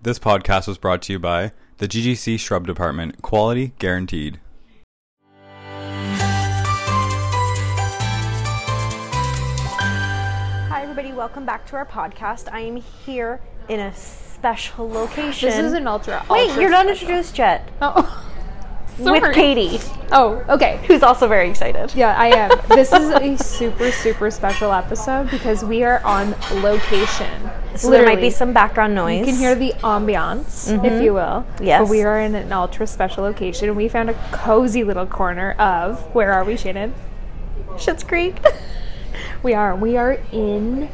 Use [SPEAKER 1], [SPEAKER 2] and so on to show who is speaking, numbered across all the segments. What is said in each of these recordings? [SPEAKER 1] This podcast was brought to you by the GGC Shrub Department. Quality guaranteed.
[SPEAKER 2] Hi, everybody. Welcome back to our podcast. I am here in a special location.
[SPEAKER 3] This is an ultra.
[SPEAKER 2] Wait,
[SPEAKER 3] ultra
[SPEAKER 2] you're not
[SPEAKER 3] special.
[SPEAKER 2] introduced yet.
[SPEAKER 3] Oh,
[SPEAKER 2] With
[SPEAKER 3] sorry.
[SPEAKER 2] Katie,
[SPEAKER 3] Oh, okay.
[SPEAKER 2] who's also very excited.
[SPEAKER 3] Yeah, I am. this is a super, super special episode because we are on location.
[SPEAKER 2] So there might be
[SPEAKER 3] Literally.
[SPEAKER 2] some background noise.
[SPEAKER 3] You can hear the ambiance, if you will.
[SPEAKER 2] Yes.
[SPEAKER 3] But we are in an ultra special location. We found a cozy little corner of where are we, Shannon?
[SPEAKER 2] Schitt's Creek.
[SPEAKER 3] We are. We are in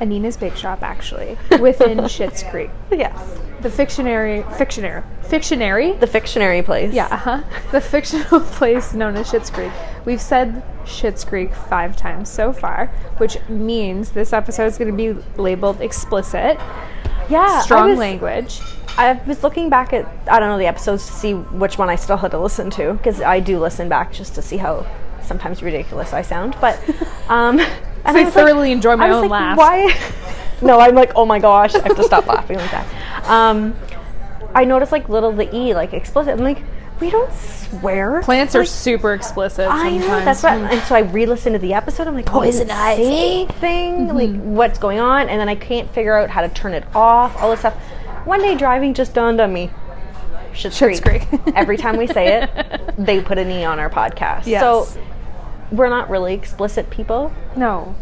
[SPEAKER 3] Anina's Bake Shop, actually, within Schitt's Creek.
[SPEAKER 2] yes.
[SPEAKER 3] The fictionary, fictionary, fictionary
[SPEAKER 2] The fictionary place.
[SPEAKER 3] Yeah, uh-huh. the fictional place known as Schitt's Creek. We've said Schitt's Creek five times so far, which means this episode is going to be labeled explicit,
[SPEAKER 2] Yeah.
[SPEAKER 3] strong
[SPEAKER 2] I was,
[SPEAKER 3] language.
[SPEAKER 2] I was looking back at, I don't know, the episodes to see which one I still had to listen to because I do listen back just to see how sometimes ridiculous I sound. But, um, and
[SPEAKER 3] I
[SPEAKER 2] was like-
[SPEAKER 3] thoroughly enjoy my
[SPEAKER 2] I was
[SPEAKER 3] own
[SPEAKER 2] like,
[SPEAKER 3] laugh.
[SPEAKER 2] Why? no, I'm like, oh my gosh, I have to stop laughing like that. Um, I noticed like little the e like explicit. I'm like, we don't swear.
[SPEAKER 3] Plants are super explicit
[SPEAKER 2] I
[SPEAKER 3] sometimes. hmm. Oh,
[SPEAKER 2] know that's what. And so I re-listened to the episode. I'm like, poison ivy thing.
[SPEAKER 3] Mm-hmm.
[SPEAKER 2] Like, what's going on? And then I can't figure out how to turn it off. All this stuff. One day driving just dawned on me. Shit's,
[SPEAKER 3] Schitt's Creek.
[SPEAKER 2] Every time we say it, they put an e on our podcast.
[SPEAKER 3] Yes.
[SPEAKER 2] So we're not really explicit people.
[SPEAKER 3] No,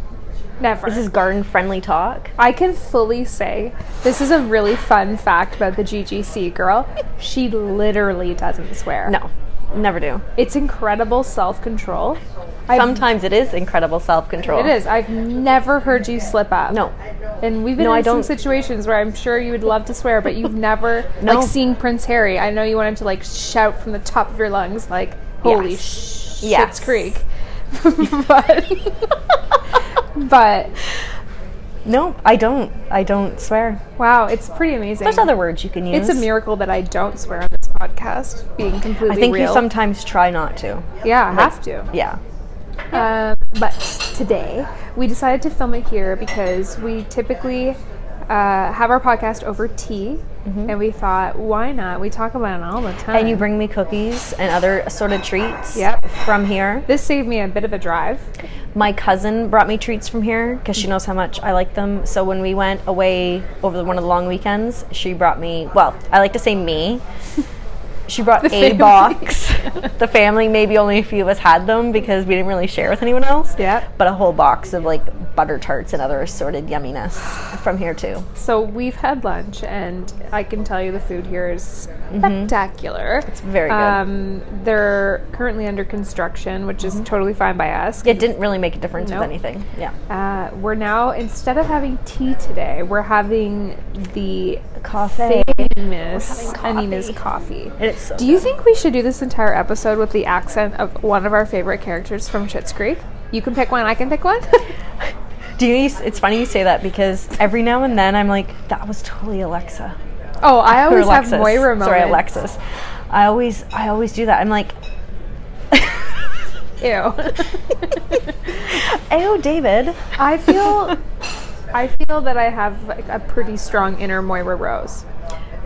[SPEAKER 3] never.
[SPEAKER 2] This is garden friendly talk.
[SPEAKER 3] I can fully say this is a really fun fact about the GGC girl. She literally doesn't swear.
[SPEAKER 2] No, never do.
[SPEAKER 3] It's incredible self control.
[SPEAKER 2] Sometimes it is incredible self control.
[SPEAKER 3] It is. I've never heard you slip up.
[SPEAKER 2] No.
[SPEAKER 3] And we've been
[SPEAKER 2] No,
[SPEAKER 3] in
[SPEAKER 2] I don't-
[SPEAKER 3] some situations where I'm sure you would love to swear, but you've never
[SPEAKER 2] No.
[SPEAKER 3] like seeing Prince Harry. I know you wanted to like shout from the top of your lungs, like "Holy
[SPEAKER 2] Yes.
[SPEAKER 3] sh-
[SPEAKER 2] Yes.
[SPEAKER 3] shit's Creek," but but
[SPEAKER 2] No, I don't. I don't swear.
[SPEAKER 3] wow, it's pretty amazing.
[SPEAKER 2] There's other words you can use.
[SPEAKER 3] It's a miracle that I don't swear on this podcast. Being completely
[SPEAKER 2] I think
[SPEAKER 3] real,
[SPEAKER 2] you sometimes try not to.
[SPEAKER 3] yeah, I have to.
[SPEAKER 2] Yeah.
[SPEAKER 3] Um, but today we decided to film it here because we typically uh, have our podcast over tea, and we thought, why not? We talk about it all the time.
[SPEAKER 2] Mm-hmm. And you bring me cookies and other assorted treats
[SPEAKER 3] Yep.
[SPEAKER 2] from here.
[SPEAKER 3] this saved me a bit of a drive.
[SPEAKER 2] My cousin brought me treats from here because she knows how much I like them. So when we went away over the, one of the long weekends, she brought me, well, I like to say me. She brought a
[SPEAKER 3] family.
[SPEAKER 2] box. the family, maybe only a few of us had them because we didn't really share with anyone else.
[SPEAKER 3] Yep.
[SPEAKER 2] But a whole box of like butter tarts and other assorted yumminess from here too.
[SPEAKER 3] So we've had lunch, and I can tell you the food here is spectacular. It's
[SPEAKER 2] Mm-hmm. very good.
[SPEAKER 3] Um, they're currently under construction, which
[SPEAKER 2] Mm-hmm.
[SPEAKER 3] is totally fine by us.
[SPEAKER 2] It didn't really make a difference
[SPEAKER 3] Nope.
[SPEAKER 2] with anything. Yeah.
[SPEAKER 3] Uh, we're now instead of having tea today, we're having the
[SPEAKER 2] Coffee.
[SPEAKER 3] famous Anina's coffee.
[SPEAKER 2] And it's so
[SPEAKER 3] Do you think we should do this entire episode with the accent of one of our favorite characters from Schitt's Creek? You can pick one. I can pick one.
[SPEAKER 2] Do you? It's funny you say that because every now and then I'm like, that was totally Alexa.
[SPEAKER 3] oh, I
[SPEAKER 2] Or
[SPEAKER 3] always have
[SPEAKER 2] Alexis.
[SPEAKER 3] Moira moments.
[SPEAKER 2] Sorry, Alexis. I always, I always do that. I'm like,
[SPEAKER 3] Ew.
[SPEAKER 2] oh, David.
[SPEAKER 3] I feel. I feel that I have like, a pretty strong inner Moira Rose.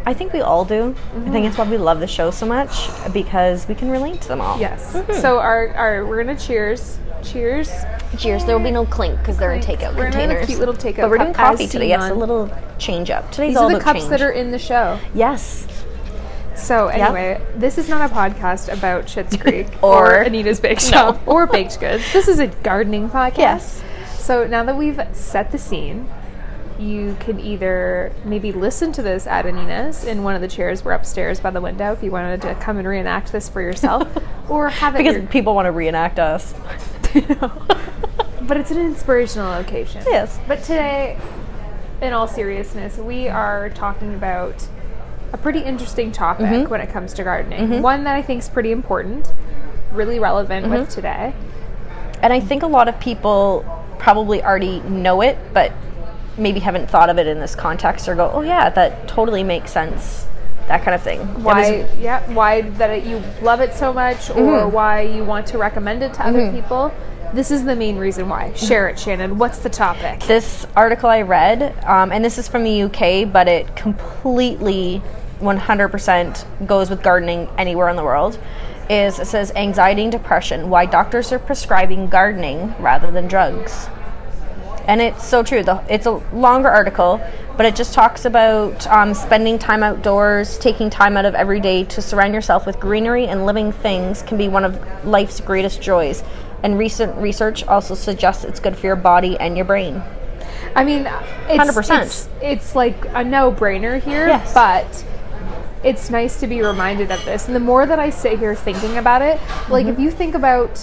[SPEAKER 2] I think we all do. I
[SPEAKER 3] Mm-hmm.
[SPEAKER 2] think it's why we love the show so much because we can relate to them all.
[SPEAKER 3] Yes. So our, our we're gonna cheers. Cheers.
[SPEAKER 2] Cheers. There will be no clink because they're in takeout
[SPEAKER 3] We're in a
[SPEAKER 2] containers.
[SPEAKER 3] cute little takeout
[SPEAKER 2] But we're doing
[SPEAKER 3] cup as
[SPEAKER 2] coffee today.
[SPEAKER 3] seen
[SPEAKER 2] Yes, a
[SPEAKER 3] on-
[SPEAKER 2] little change up. Today's
[SPEAKER 3] These
[SPEAKER 2] all
[SPEAKER 3] are the
[SPEAKER 2] about
[SPEAKER 3] cups
[SPEAKER 2] change.
[SPEAKER 3] that are in the show.
[SPEAKER 2] yes.
[SPEAKER 3] So anyway, this is not a podcast about Schitt's Creek
[SPEAKER 2] Or-
[SPEAKER 3] or, Anita's Bake Shop or baked goods. This is a gardening podcast.
[SPEAKER 2] Yes.
[SPEAKER 3] So now that we've set the scene, you can either maybe listen to this at Anina's in one of the chairs we're upstairs by the window if you wanted to come and reenact this for yourself, or have it.
[SPEAKER 2] Because people want to reenact us.
[SPEAKER 3] your- but it's an inspirational location.
[SPEAKER 2] Yes.
[SPEAKER 3] But today, in all seriousness, we are talking about a pretty interesting topic
[SPEAKER 2] Mm-hmm.
[SPEAKER 3] when it comes to gardening. One that I think is pretty important, really relevant
[SPEAKER 2] Mm-hmm.
[SPEAKER 3] with today.
[SPEAKER 2] And I think a lot of people probably already know it, but maybe haven't thought of it in this context or go, oh, yeah, that totally makes sense. That kind of thing. That
[SPEAKER 3] Why,
[SPEAKER 2] is-
[SPEAKER 3] Mm-hmm. yeah, why that it, you love it so much, or why you want to recommend it to other people. This is the main reason why. Share it, Shannon. What's the topic?
[SPEAKER 2] This article I read, um, and this is from the UK, but it completely 100% goes with gardening anywhere in the world. Is it says anxiety and depression, why doctors are prescribing gardening rather than drugs. And it's so true. The, it's a longer article, but it just talks about um, spending time outdoors, taking time out of every day to surround yourself with greenery and living things can be one of life's greatest joys. And recent research also suggests it's good for your body and your brain.
[SPEAKER 3] I mean, it's,
[SPEAKER 2] 100%.
[SPEAKER 3] It's, it's like a no-brainer here,
[SPEAKER 2] Yes.
[SPEAKER 3] but it's nice to be reminded of this. And the more that I sit here thinking about it, like if you think about,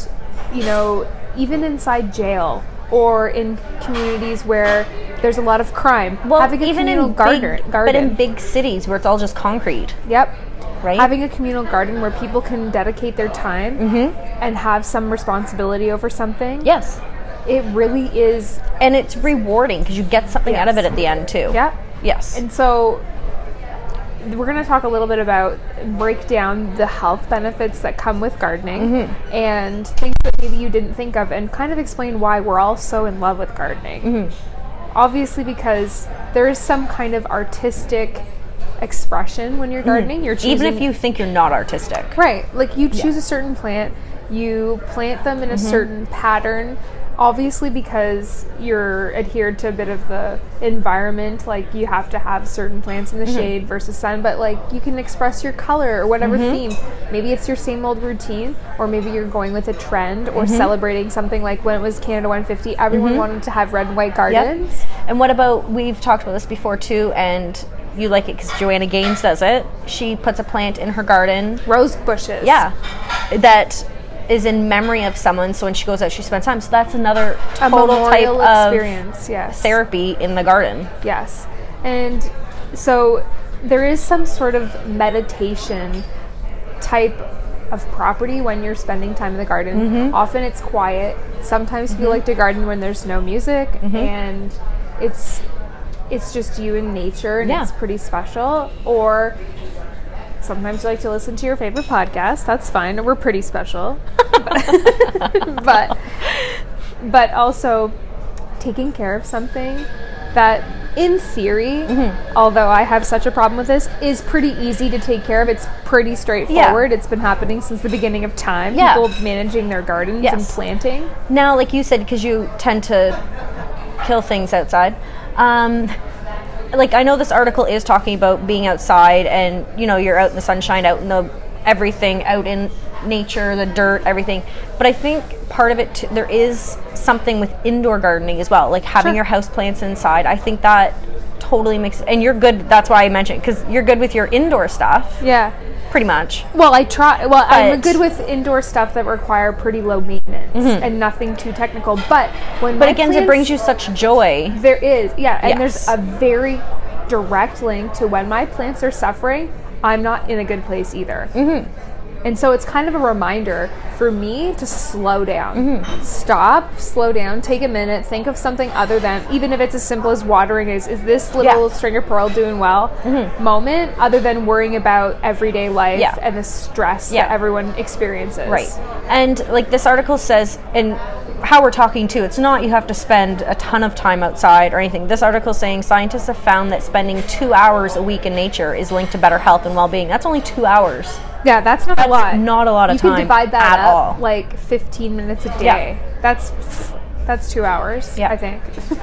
[SPEAKER 3] you know, even inside jail or in communities where there's a lot of crime, having a communal garden,
[SPEAKER 2] big,
[SPEAKER 3] garden,
[SPEAKER 2] but in big cities where it's all just concrete,
[SPEAKER 3] yep,
[SPEAKER 2] right?
[SPEAKER 3] having a communal garden where people can dedicate their time
[SPEAKER 2] Mm-hmm.
[SPEAKER 3] and have some responsibility over something.
[SPEAKER 2] yes,
[SPEAKER 3] It really is.
[SPEAKER 2] and it's rewarding because you get something out of it
[SPEAKER 3] Yes.
[SPEAKER 2] at the end too.
[SPEAKER 3] Yeah.
[SPEAKER 2] Yes.
[SPEAKER 3] And so we're going to talk a little bit about break down the health benefits that come with gardening
[SPEAKER 2] Mm-hmm.
[SPEAKER 3] and things that maybe you didn't think of and kind of explain why we're all so in love with gardening.
[SPEAKER 2] Mm-hmm.
[SPEAKER 3] Obviously because there is some kind of artistic expression when you're gardening. You're choosing
[SPEAKER 2] Mm-hmm. Even if you think you're not artistic.
[SPEAKER 3] Right. Like you choose a certain plant, you plant them in
[SPEAKER 2] Mm-hmm.
[SPEAKER 3] a certain pattern, obviously because you're adhered to a bit of the environment, like you have to have certain plants in
[SPEAKER 2] Mm-hmm.
[SPEAKER 3] the shade versus sun, but like you can express your color or whatever
[SPEAKER 2] Mm-hmm.
[SPEAKER 3] theme. Maybe it's your same old routine, or maybe you're going with a trend or
[SPEAKER 2] Mm-hmm.
[SPEAKER 3] celebrating something like when it was Canada 150, everyone wanted to have red and white gardens.
[SPEAKER 2] And what about we've talked about this before too, and you like it because Joanna Gaines does it. She puts a plant in her garden.
[SPEAKER 3] Rose bushes.
[SPEAKER 2] Yeah, that is in memory of someone. So when she goes out, she spends time. So that's another
[SPEAKER 3] A
[SPEAKER 2] total type
[SPEAKER 3] memorial
[SPEAKER 2] of
[SPEAKER 3] experience. Yes.
[SPEAKER 2] therapy in the garden.
[SPEAKER 3] Yes. And so there is some sort of meditation type of property when you're spending time in the garden. Often it's quiet. Sometimes people like to garden when there's no music and it's it's just you and nature and
[SPEAKER 2] Yeah.
[SPEAKER 3] it's pretty special or sometimes you like to listen to your favorite podcast. That's fine. We're pretty special. but but also taking care of something that in theory although i have such a problem with this is pretty easy to take care of it's pretty straightforward it's been happening since the beginning of time
[SPEAKER 2] Yeah.
[SPEAKER 3] people managing their gardens and
[SPEAKER 2] Yes.
[SPEAKER 3] planting
[SPEAKER 2] Now, like you said, because you tend to kill things outside. Um, like I know this article is talking about being outside, and you know you're out in the sunshine, out in the everything, out in nature, the dirt, everything. But I think part of it too, there is something with indoor gardening as well, like having
[SPEAKER 3] Sure.
[SPEAKER 2] your house plants inside. I think that totally makes and you're good. That's why I mentioned because you're good with your indoor stuff,
[SPEAKER 3] yeah
[SPEAKER 2] pretty much.
[SPEAKER 3] well i try well i'm
[SPEAKER 2] But-
[SPEAKER 3] good with indoor stuff that require pretty low maintenance and nothing too technical Mm-hmm. but when
[SPEAKER 2] But again, it brings you such joy.
[SPEAKER 3] There is, yeah, and
[SPEAKER 2] Yes.
[SPEAKER 3] there's a very direct link to when my plants are suffering, I'm not in a good place either. Mm-hmm. And so it's kind of a reminder for me to slow down.
[SPEAKER 2] Mm-hmm.
[SPEAKER 3] Stop, slow down, take a minute, think of something other than, even if it's as simple as watering, is, is this little
[SPEAKER 2] Yeah. Mm-hmm.
[SPEAKER 3] string of pearl doing well moment, other than worrying about everyday life
[SPEAKER 2] Yeah.
[SPEAKER 3] and the stress that
[SPEAKER 2] Yeah.
[SPEAKER 3] everyone experiences.
[SPEAKER 2] Right. And like this article says, and how we're talking too, it's not you have to spend a ton of time outside or anything. This article is saying scientists have found that spending two hours a week in nature is linked to better health and well being. That's only two hours.
[SPEAKER 3] Yeah, that's not a lot.
[SPEAKER 2] not a lot of
[SPEAKER 3] you
[SPEAKER 2] time
[SPEAKER 3] can divide that
[SPEAKER 2] at
[SPEAKER 3] up
[SPEAKER 2] all.
[SPEAKER 3] like 15 minutes a day.
[SPEAKER 2] Yeah.
[SPEAKER 3] That's that's two hours.
[SPEAKER 2] Yeah.
[SPEAKER 3] I think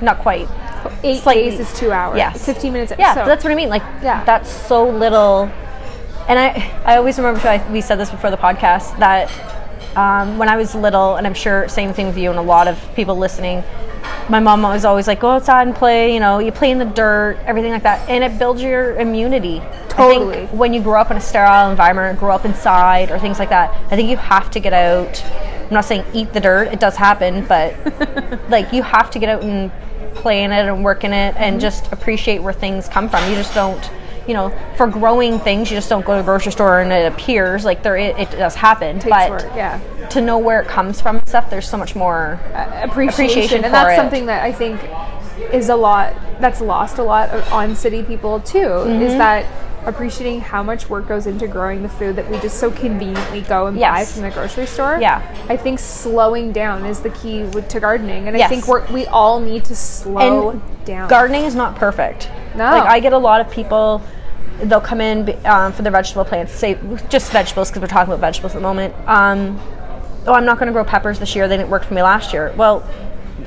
[SPEAKER 2] Not quite.
[SPEAKER 3] eight
[SPEAKER 2] Slightly-
[SPEAKER 3] days is two hours.
[SPEAKER 2] Yes.
[SPEAKER 3] 15 minutes.
[SPEAKER 2] Yeah,
[SPEAKER 3] so-
[SPEAKER 2] that's what I mean. Like,
[SPEAKER 3] Yeah.
[SPEAKER 2] that's so little. And I, I always remember too, I, we said this before the podcast that um, when I was little, and I'm sure same thing with you and a lot of people listening. My mom was always like, "Go outside and play. You know, you play in the dirt, everything like that, and it builds your immunity." I
[SPEAKER 3] Totally.
[SPEAKER 2] think when you grow up in a sterile environment, or grow up inside, or things like that, I think you have to get out. I'm not saying eat the dirt; it does happen, but like you have to get out and play in it and work in it
[SPEAKER 3] Mm-hmm.
[SPEAKER 2] and just appreciate where things come from. You just don't, you know, for growing things, you just don't go to the grocery store and it appears like there it, it does happen.
[SPEAKER 3] takes
[SPEAKER 2] but
[SPEAKER 3] work, yeah.
[SPEAKER 2] to know where it comes from and stuff, there's so much more.
[SPEAKER 3] appreciation,
[SPEAKER 2] appreciation
[SPEAKER 3] and
[SPEAKER 2] for
[SPEAKER 3] that's
[SPEAKER 2] it.
[SPEAKER 3] something that I
[SPEAKER 2] Mm-hmm.
[SPEAKER 3] think is a lot that's lost a lot on city people too. Is that appreciating how much work goes into growing the food that we just so conveniently go and buy
[SPEAKER 2] Yes.
[SPEAKER 3] from the grocery store.
[SPEAKER 2] Yeah.
[SPEAKER 3] I think slowing down is the key with, to gardening, and I
[SPEAKER 2] Yes.
[SPEAKER 3] think we're, we all need to slow
[SPEAKER 2] and
[SPEAKER 3] down.
[SPEAKER 2] gardening is not perfect.
[SPEAKER 3] No.
[SPEAKER 2] Like I get a lot of people, they'll come in be- um, for their vegetable plants. Say just vegetables because we're talking about vegetables at the moment. Um, oh, I'm not going to grow peppers this year. They didn't work for me last year. Well,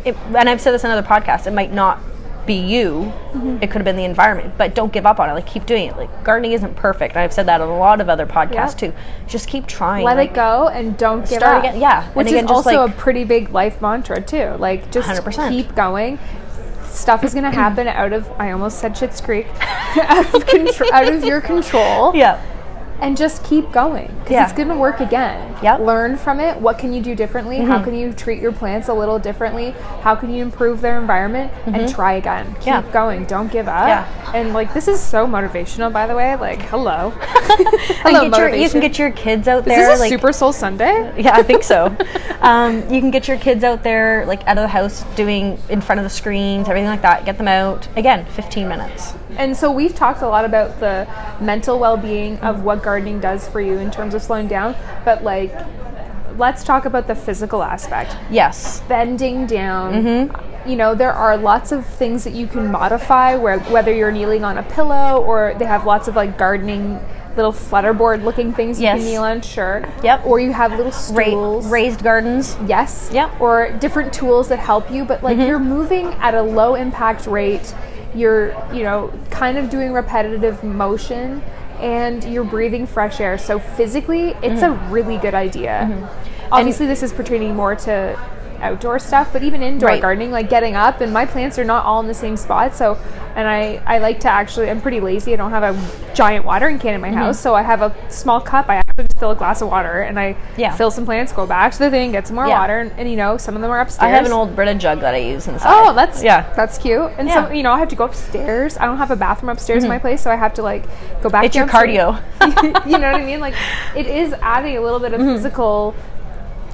[SPEAKER 2] it, and I've said this in other podcasts. It might not be you.
[SPEAKER 3] Mm-hmm.
[SPEAKER 2] It could have been the environment. But don't give up on it. Like keep doing it. Like gardening isn't perfect. And I've said that on a lot of other podcasts
[SPEAKER 3] Yep.
[SPEAKER 2] too. Just keep trying.
[SPEAKER 3] Let
[SPEAKER 2] like,
[SPEAKER 3] it go and don't give
[SPEAKER 2] Start
[SPEAKER 3] up.
[SPEAKER 2] again- yeah, and
[SPEAKER 3] which
[SPEAKER 2] again,
[SPEAKER 3] is
[SPEAKER 2] just,
[SPEAKER 3] also
[SPEAKER 2] like-
[SPEAKER 3] a pretty big life mantra too. Like just
[SPEAKER 2] 100%.
[SPEAKER 3] keep going. Stuff is gonna happen out of I almost said Shit's Creek, out of contr- out of your control.
[SPEAKER 2] Yeah.
[SPEAKER 3] and just keep going because
[SPEAKER 2] Yeah.
[SPEAKER 3] it's going to work again.
[SPEAKER 2] Yep. Mm-hmm.
[SPEAKER 3] Learn from it. What can you do differently? How can you treat your plants a little differently? How can you improve their environment? And try again. Keep
[SPEAKER 2] Mm-hmm. Yeah.
[SPEAKER 3] going. Don't give up.
[SPEAKER 2] Yeah.
[SPEAKER 3] And like this is so motivational, by the way. Like hello,
[SPEAKER 2] And
[SPEAKER 3] hello,
[SPEAKER 2] get your, you can
[SPEAKER 3] motivation.
[SPEAKER 2] get your kids out
[SPEAKER 3] Is
[SPEAKER 2] there.
[SPEAKER 3] this a
[SPEAKER 2] like,
[SPEAKER 3] Super Soul Sunday?
[SPEAKER 2] yeah, I think so. um, you can get your kids out there, like out of the house, doing in front of the screens, everything like that. Get them out again, 15 minutes.
[SPEAKER 3] And so we've talked a lot about the mental well-being of what gardening does for you in terms of slowing down, but like let's talk about the physical aspect.
[SPEAKER 2] Yes,
[SPEAKER 3] bending down. You know, there are lots of things that you can modify where whether you're kneeling on a pillow or they have lots of like gardening little flutterboard looking things you
[SPEAKER 2] Yes.
[SPEAKER 3] can kneel on, sure.
[SPEAKER 2] Yep.
[SPEAKER 3] Or you have
[SPEAKER 2] Ra-
[SPEAKER 3] little stools.
[SPEAKER 2] raised gardens.
[SPEAKER 3] Yes.
[SPEAKER 2] Yep. Mm-hmm.
[SPEAKER 3] Or different tools that help you, but like you're moving at a low impact rate. You're, you know, kind of doing repetitive motion and you're breathing fresh air. So physically, it's
[SPEAKER 2] Mm-hmm.
[SPEAKER 3] a really good idea. Obviously, this is pertaining more to outdoor stuff, but even indoor
[SPEAKER 2] Right.
[SPEAKER 3] gardening, like getting up and my plants are not all in the same spot. So, and I, I like to actually, I'm pretty lazy. I don't have a giant watering can in
[SPEAKER 2] Mm-hmm.
[SPEAKER 3] my house. So I have a small cup. I actually just fill a glass of water and I
[SPEAKER 2] Yeah.
[SPEAKER 3] fill some plants, go back to the thing, get some more
[SPEAKER 2] Yeah.
[SPEAKER 3] water, and, and, you know, some of them are
[SPEAKER 2] I
[SPEAKER 3] upstairs.
[SPEAKER 2] have an old Brita jug that I use inside.
[SPEAKER 3] Oh, that's yeah,
[SPEAKER 2] yeah.
[SPEAKER 3] that's cute. And so
[SPEAKER 2] Yeah. Mm-hmm.
[SPEAKER 3] you know, I have to go upstairs. I don't have a bathroom upstairs in my place, so I have to like go back.
[SPEAKER 2] It's your
[SPEAKER 3] downstairs.
[SPEAKER 2] cardio. Mm-hmm.
[SPEAKER 3] you know what I mean? Like, it is adding a little bit of physical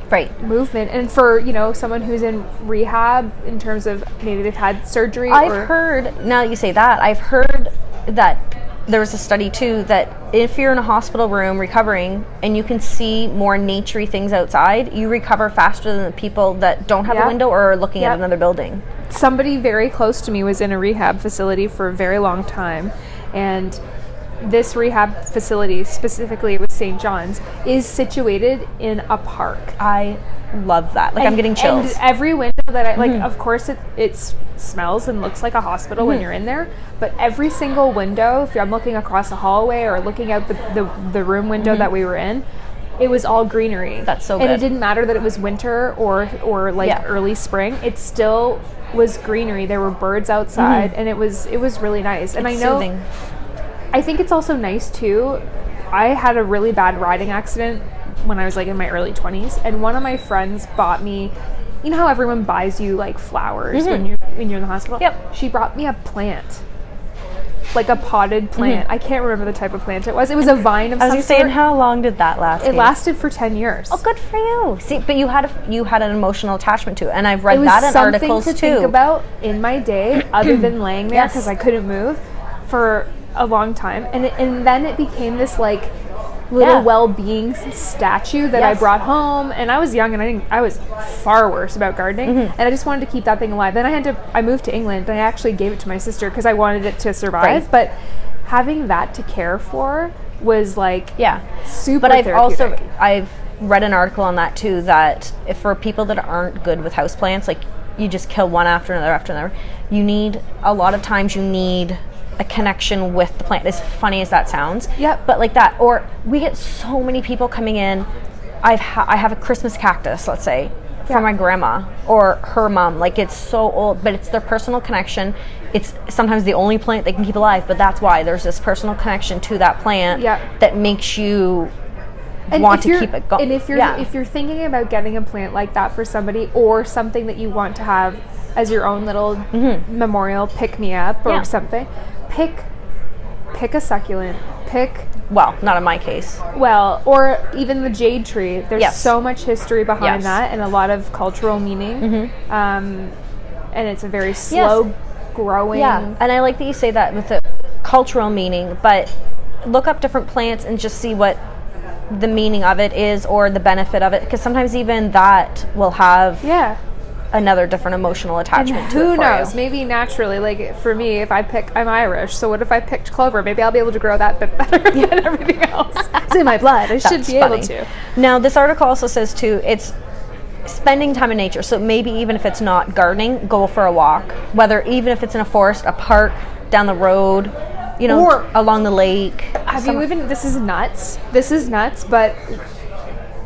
[SPEAKER 2] right.
[SPEAKER 3] movement, and for you know someone who's in rehab in terms of maybe they've had surgery. or,
[SPEAKER 2] I've heard now that you say that I've heard that there was a study too that if you're in a hospital room recovering and you can see more naturey things outside, you recover faster than the people that don't have
[SPEAKER 3] Yeah.
[SPEAKER 2] a window or are looking
[SPEAKER 3] Yeah.
[SPEAKER 2] at another building.
[SPEAKER 3] somebody very close to me was in a rehab facility for a very long time and this rehab facility specifically it was st john's is situated in a park
[SPEAKER 2] I love that. Like I'm getting chills. Mm-hmm.
[SPEAKER 3] and every window that i like of course it, it s- smells and looks like a hospital when you're in there but every single window if i'm looking across a hallway or looking out the, the, the room window that we were in it was all greenery
[SPEAKER 2] Mm-hmm. That's so
[SPEAKER 3] and it
[SPEAKER 2] good.
[SPEAKER 3] didn't matter that it was winter or or like
[SPEAKER 2] Yeah.
[SPEAKER 3] early spring it still was greenery there were birds outside and it was it was really nice and i know
[SPEAKER 2] Mm-hmm. Soothing.
[SPEAKER 3] I think it's also nice too. I had a really bad riding accident when I was like in my early 20s, and one of my friends bought me. You know how everyone buys you like flowers when you when you're in the hospital.
[SPEAKER 2] Mm-hmm. Yep.
[SPEAKER 3] She brought me a plant, like a potted plant. I can't remember the type of plant it was. It was a vine of
[SPEAKER 2] Mm-hmm. I was
[SPEAKER 3] some
[SPEAKER 2] just saying,
[SPEAKER 3] sort.
[SPEAKER 2] how long did that last?
[SPEAKER 3] it
[SPEAKER 2] you?
[SPEAKER 3] lasted for 10 years.
[SPEAKER 2] Oh, good for you. See, but you had a, you had an emotional attachment to it, and I've
[SPEAKER 3] it
[SPEAKER 2] read
[SPEAKER 3] was
[SPEAKER 2] that in
[SPEAKER 3] something
[SPEAKER 2] articles
[SPEAKER 3] to
[SPEAKER 2] too.
[SPEAKER 3] think about in my day, other than laying there
[SPEAKER 2] Yes.
[SPEAKER 3] because I couldn't move for a long time, and it, and then it became this like little
[SPEAKER 2] Yeah.
[SPEAKER 3] well-being statue that I
[SPEAKER 2] Yes.
[SPEAKER 3] brought home. And I was young, and I didn't, I was far worse about gardening,
[SPEAKER 2] Mm-hmm.
[SPEAKER 3] and I just wanted to keep that thing alive. Then I had to I moved to England, and I actually gave it to my sister because I wanted it to survive.
[SPEAKER 2] Right.
[SPEAKER 3] But having that to care for was like
[SPEAKER 2] yeah,
[SPEAKER 3] super.
[SPEAKER 2] but I've also
[SPEAKER 3] therapeutic.
[SPEAKER 2] I've read an article on that too that if for people that aren't good with houseplants, like you just kill one after another after another, you need a lot of times you need a connection with the plant. As funny as that sounds,
[SPEAKER 3] Yep.
[SPEAKER 2] But like that, or we get so many people coming in. I've ha- I have a Christmas cactus, let's say,
[SPEAKER 3] Yeah.
[SPEAKER 2] for my grandma or her mom. Like it's so old, but it's their personal connection. It's sometimes the only plant they can keep alive, but that's why there's this personal connection to that plant
[SPEAKER 3] Yeah.
[SPEAKER 2] that makes you
[SPEAKER 3] and
[SPEAKER 2] want
[SPEAKER 3] if
[SPEAKER 2] to
[SPEAKER 3] you're-
[SPEAKER 2] keep it go-
[SPEAKER 3] And if you're
[SPEAKER 2] Yeah.
[SPEAKER 3] if you're thinking about getting a plant like that for somebody or something that you want to have as your own little memorial pick me up
[SPEAKER 2] Mm-hmm.
[SPEAKER 3] or
[SPEAKER 2] Yeah.
[SPEAKER 3] something, pick pick a succulent, pick
[SPEAKER 2] well, not in my case.
[SPEAKER 3] well, or even the jade tree. There's
[SPEAKER 2] Yes.
[SPEAKER 3] so much history behind
[SPEAKER 2] Yes. Mm-hmm.
[SPEAKER 3] that and a lot of cultural meaning. Um, and it's a very slow growing.
[SPEAKER 2] Yeah, and I like that you say that with the cultural meaning, but look up different plants and just see what the meaning of it is or the benefit of it because sometimes even that will have
[SPEAKER 3] Yeah.
[SPEAKER 2] another different emotional attachment to it
[SPEAKER 3] Who
[SPEAKER 2] for
[SPEAKER 3] knows?
[SPEAKER 2] you.
[SPEAKER 3] Maybe naturally, like for me, if I pick, I'm Irish. So what if I picked clover? Maybe I'll be able to grow that bit better than everything else. It's in my blood. I should
[SPEAKER 2] That's
[SPEAKER 3] be
[SPEAKER 2] funny.
[SPEAKER 3] able to.
[SPEAKER 2] Now, this article also says too, it's spending time in nature. So maybe even if it's not gardening, go for a walk. Whether even if it's in a forest, a park, down the road, you know,
[SPEAKER 3] Or-
[SPEAKER 2] along the lake.
[SPEAKER 3] Have
[SPEAKER 2] some-
[SPEAKER 3] you even? This is nuts. This is nuts. But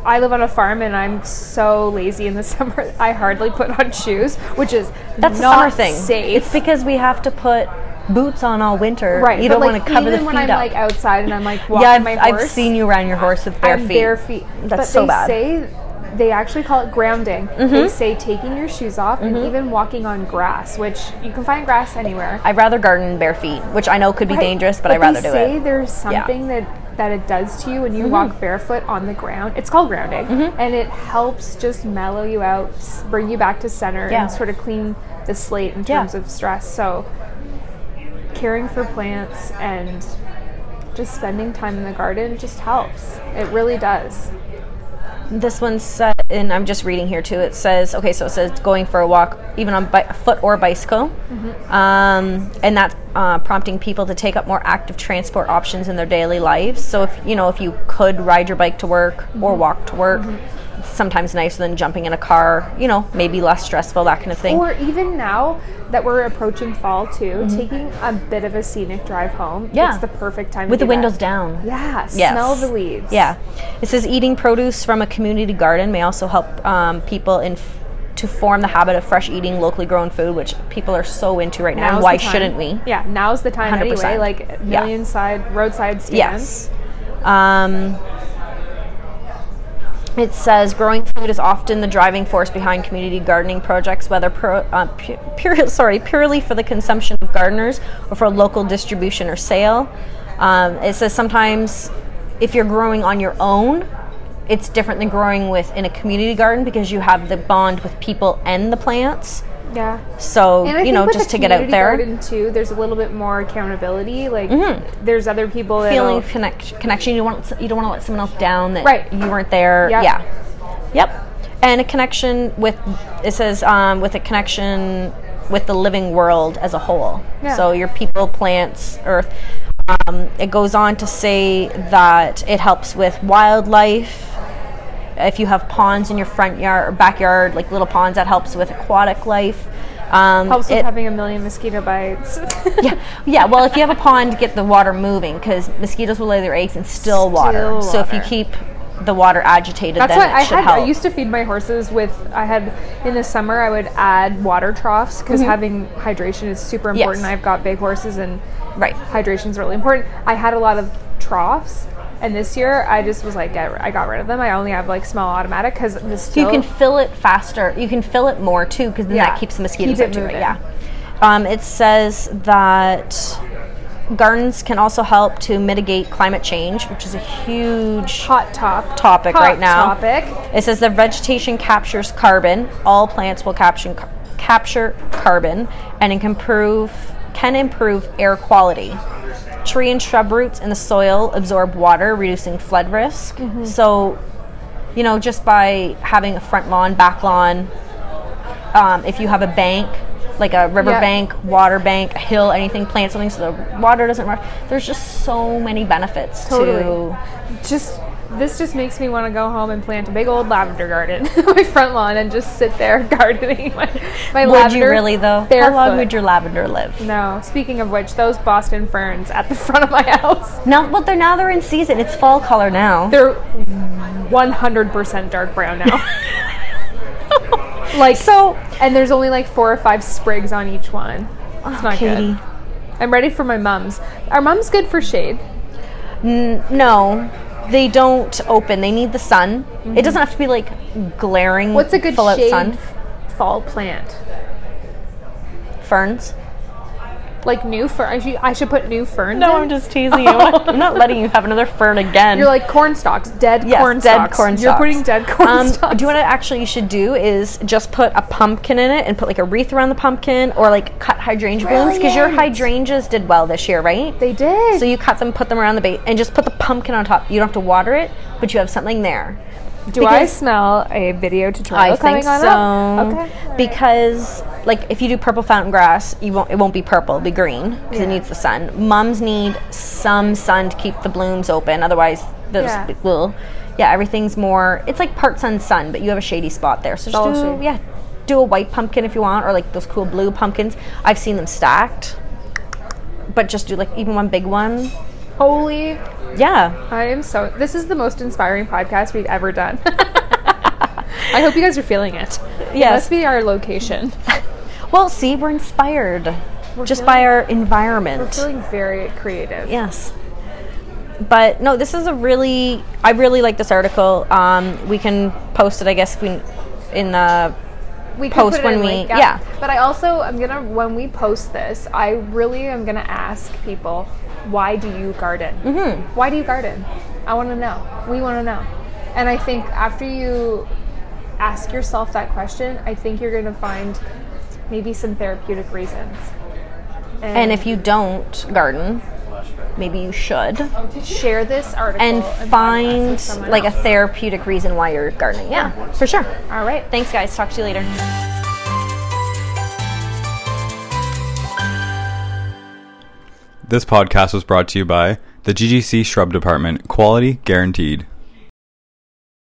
[SPEAKER 3] I live on a farm, and I'm so lazy in the summer. I hardly put on shoes, which is
[SPEAKER 2] That's
[SPEAKER 3] not
[SPEAKER 2] the summer thing.
[SPEAKER 3] Safe.
[SPEAKER 2] It's because we have to put boots on all winter.
[SPEAKER 3] right.
[SPEAKER 2] You
[SPEAKER 3] but,
[SPEAKER 2] don't
[SPEAKER 3] like,
[SPEAKER 2] want to cover
[SPEAKER 3] even
[SPEAKER 2] the feet
[SPEAKER 3] when I'm
[SPEAKER 2] up.
[SPEAKER 3] like outside and I'm like walking
[SPEAKER 2] yeah, I've,
[SPEAKER 3] my
[SPEAKER 2] I've
[SPEAKER 3] horse.
[SPEAKER 2] seen you around your horse with bare
[SPEAKER 3] I'm
[SPEAKER 2] feet.
[SPEAKER 3] bare feet.
[SPEAKER 2] That's
[SPEAKER 3] but
[SPEAKER 2] so
[SPEAKER 3] they
[SPEAKER 2] bad. Mm-hmm.
[SPEAKER 3] say they actually call it grounding. They say taking your shoes off and even walking on grass, which you can find grass anywhere.
[SPEAKER 2] I'd rather garden bare feet, which I know could be
[SPEAKER 3] Right,
[SPEAKER 2] dangerous, but, I'd rather
[SPEAKER 3] they
[SPEAKER 2] do
[SPEAKER 3] say
[SPEAKER 2] it. Mm-hmm.
[SPEAKER 3] there's something that that it does to you when you walk barefoot on the ground. It's called grounding, and it helps just mellow you out, s- bring you back to center,
[SPEAKER 2] Yeah.
[SPEAKER 3] and sort of clean the slate in
[SPEAKER 2] Yeah.
[SPEAKER 3] terms of stress. So, caring for plants and just spending time in the garden just helps. It really does.
[SPEAKER 2] This one said, and I'm just reading here too. It says, okay, so it says going for a walk, even on bi- foot or bicycle,
[SPEAKER 3] Mm-hmm.
[SPEAKER 2] um, and that's uh, prompting people to take up more active transport options in their daily lives. So if you know, if you could ride your bike to work or
[SPEAKER 3] Mm-hmm.
[SPEAKER 2] walk to work, it's sometimes nicer than jumping in a car. You know, maybe less stressful, that kind of thing.
[SPEAKER 3] Or even now that we're approaching fall too, taking a bit of a scenic drive home.
[SPEAKER 2] Mm-hmm. Yeah.
[SPEAKER 3] It's the perfect time
[SPEAKER 2] with the
[SPEAKER 3] to do that.
[SPEAKER 2] windows down.
[SPEAKER 3] Yeah.
[SPEAKER 2] Yes.
[SPEAKER 3] Smell the leaves.
[SPEAKER 2] Yeah. It says eating produce from a community garden may also help um, people in f- to form the habit of fresh eating locally grown food, which people are so into right now.
[SPEAKER 3] Now's
[SPEAKER 2] and Why
[SPEAKER 3] the time.
[SPEAKER 2] shouldn't we?
[SPEAKER 3] Yeah, now's the time anyway.
[SPEAKER 2] 100%.
[SPEAKER 3] Like
[SPEAKER 2] Yeah.
[SPEAKER 3] million side roadside stands.
[SPEAKER 2] Yes. Um, it says growing food is often the driving force behind community gardening projects, whether pro, uh, pu- pure, sorry purely for the consumption of gardeners or for local distribution or sale. Um, it says sometimes if you're growing on your own, it's different than growing with in a community garden because you have the bond with people and the plants.
[SPEAKER 3] Yeah.
[SPEAKER 2] So
[SPEAKER 3] And I
[SPEAKER 2] you
[SPEAKER 3] think
[SPEAKER 2] know
[SPEAKER 3] with
[SPEAKER 2] just
[SPEAKER 3] the
[SPEAKER 2] to get out
[SPEAKER 3] community
[SPEAKER 2] there,
[SPEAKER 3] garden too, there's a little bit more accountability. Like there's other people that
[SPEAKER 2] Mm-hmm. feeling connect, connection. You want you don't want to let someone else down that
[SPEAKER 3] Right.
[SPEAKER 2] you weren't there.
[SPEAKER 3] Yep.
[SPEAKER 2] Yeah. Yep. And a connection with it says um, with a connection with the living world as a whole.
[SPEAKER 3] Yeah.
[SPEAKER 2] So your people, plants, earth. Um, it goes on to say that it helps with wildlife. If you have ponds in your front yard or backyard, like little ponds, that helps with aquatic life. Um,
[SPEAKER 3] helps with
[SPEAKER 2] it-
[SPEAKER 3] having a million mosquito bites.
[SPEAKER 2] yeah, yeah. Well, if you have a pond, get the water moving because mosquitoes will lay their eggs in still, water.
[SPEAKER 3] Still
[SPEAKER 2] So if you
[SPEAKER 3] water.
[SPEAKER 2] keep the water agitated,
[SPEAKER 3] That's
[SPEAKER 2] then
[SPEAKER 3] what
[SPEAKER 2] it
[SPEAKER 3] I
[SPEAKER 2] should
[SPEAKER 3] had.
[SPEAKER 2] help.
[SPEAKER 3] I used to feed my horses with. I had in the summer. I would add water troughs because having hydration is super
[SPEAKER 2] Mm-hmm. Yes.
[SPEAKER 3] important. I've got big horses and
[SPEAKER 2] right.
[SPEAKER 3] hydration is really important. I had a lot of troughs, and this year I just was like, get, I got rid of them. I only have like small automatic because the
[SPEAKER 2] So you
[SPEAKER 3] still
[SPEAKER 2] can fill it faster. You can fill it more too because then
[SPEAKER 3] Yeah.
[SPEAKER 2] that keeps the mosquitoes
[SPEAKER 3] Keep it
[SPEAKER 2] out too. Right?
[SPEAKER 3] moving.
[SPEAKER 2] Yeah. Um, it says that gardens can also help to mitigate climate change, which is a huge
[SPEAKER 3] hot top
[SPEAKER 2] topic
[SPEAKER 3] hot
[SPEAKER 2] right now.
[SPEAKER 3] Topic.
[SPEAKER 2] It says the vegetation captures carbon. All plants will capture capture carbon and it can improve can improve air quality. Tree and shrub roots in the soil absorb water, reducing flood risk.
[SPEAKER 3] Mm-hmm.
[SPEAKER 2] So, you know, just by having a front lawn, back lawn, um, if you have a bank, like a river
[SPEAKER 3] Yeah.
[SPEAKER 2] bank, water bank, a hill, anything, plant something so the water doesn't run. There's just so many benefits
[SPEAKER 3] Totally.
[SPEAKER 2] to
[SPEAKER 3] Just this just makes me want to go home and plant a big old lavender garden in my front lawn and just sit there gardening my, my
[SPEAKER 2] Would
[SPEAKER 3] lavender.
[SPEAKER 2] you really though?
[SPEAKER 3] Barefoot.
[SPEAKER 2] How long would your lavender live?
[SPEAKER 3] No. Speaking of which, those Boston ferns at the front of my house.
[SPEAKER 2] Now, well, they're now they're in season. It's fall color now.
[SPEAKER 3] They're 100% dark brown now. like so and there's only like four or five sprigs on each one. It's not
[SPEAKER 2] Katie.
[SPEAKER 3] good. I'm ready for my mums. Are mums good for shade?
[SPEAKER 2] N- no, they don't open. They need the sun. It doesn't have to be like glaring.
[SPEAKER 3] What's a good
[SPEAKER 2] full out
[SPEAKER 3] shade
[SPEAKER 2] sun?
[SPEAKER 3] fall plant?
[SPEAKER 2] Ferns.
[SPEAKER 3] Like new fern. I should, I should put new ferns.
[SPEAKER 2] No,
[SPEAKER 3] in?
[SPEAKER 2] I'm just teasing you. I'm not letting you have another fern again.
[SPEAKER 3] You're like corn stalks, dead
[SPEAKER 2] Yes,
[SPEAKER 3] corn
[SPEAKER 2] dead
[SPEAKER 3] stalks.
[SPEAKER 2] corn
[SPEAKER 3] You're
[SPEAKER 2] stalks.
[SPEAKER 3] putting dead corn
[SPEAKER 2] um,
[SPEAKER 3] stalks.
[SPEAKER 2] Do you want to actually? You should do is just put a pumpkin in it and put like a wreath around the pumpkin, or like cut hydrangea blooms because your
[SPEAKER 3] Brilliant.
[SPEAKER 2] hydrangeas did well this year, right?
[SPEAKER 3] They did.
[SPEAKER 2] So you cut them, put them around the base, and just put the pumpkin on top. You don't have to water it, but you have something there.
[SPEAKER 3] do I
[SPEAKER 2] because-
[SPEAKER 3] smell a video tutorial
[SPEAKER 2] I think
[SPEAKER 3] coming on up?
[SPEAKER 2] so.
[SPEAKER 3] Okay.
[SPEAKER 2] Because like if you do purple fountain grass, you won't it won't be purple, it'll be green because it needs the sun. Mums need some sun to keep the blooms open. Otherwise, those
[SPEAKER 3] Yeah.
[SPEAKER 2] will yeah everything's more. It's like part sun sun, but you have a shady spot there. So
[SPEAKER 3] all
[SPEAKER 2] just do
[SPEAKER 3] shade.
[SPEAKER 2] yeah, do a white pumpkin if you want, or like those cool blue pumpkins. I've seen them stacked. But just do like even one big one.
[SPEAKER 3] Holy,
[SPEAKER 2] Yeah.
[SPEAKER 3] I am so. This is the most inspiring podcast we've ever done. I hope you guys are feeling it. It
[SPEAKER 2] Yes.
[SPEAKER 3] must be our location.
[SPEAKER 2] Well, see, we're inspired just by our environment.
[SPEAKER 3] feeling very creative.
[SPEAKER 2] Yes. But no, this is a really I really like this article. Um, we can post it, I guess, if we in the
[SPEAKER 3] we could
[SPEAKER 2] post
[SPEAKER 3] put it
[SPEAKER 2] when
[SPEAKER 3] in,
[SPEAKER 2] we-
[SPEAKER 3] like,
[SPEAKER 2] yeah.
[SPEAKER 3] But I also am gonna when we post this, I really am gonna ask people, why do you garden? Mm-hmm. Why do you garden? I want to know. We want to know. And I think after you ask yourself that question, I think you're gonna find maybe some therapeutic reasons.
[SPEAKER 2] and if you don't garden, maybe you should
[SPEAKER 3] share this article
[SPEAKER 2] and
[SPEAKER 3] podcast
[SPEAKER 2] find
[SPEAKER 3] with someone
[SPEAKER 2] like a
[SPEAKER 3] else.
[SPEAKER 2] therapeutic reason why you're gardening. Yeah, for sure.
[SPEAKER 3] all right.
[SPEAKER 2] Thanks guys, talk to you later.
[SPEAKER 1] This podcast was brought to you by the GGC Shrub Department, quality guaranteed.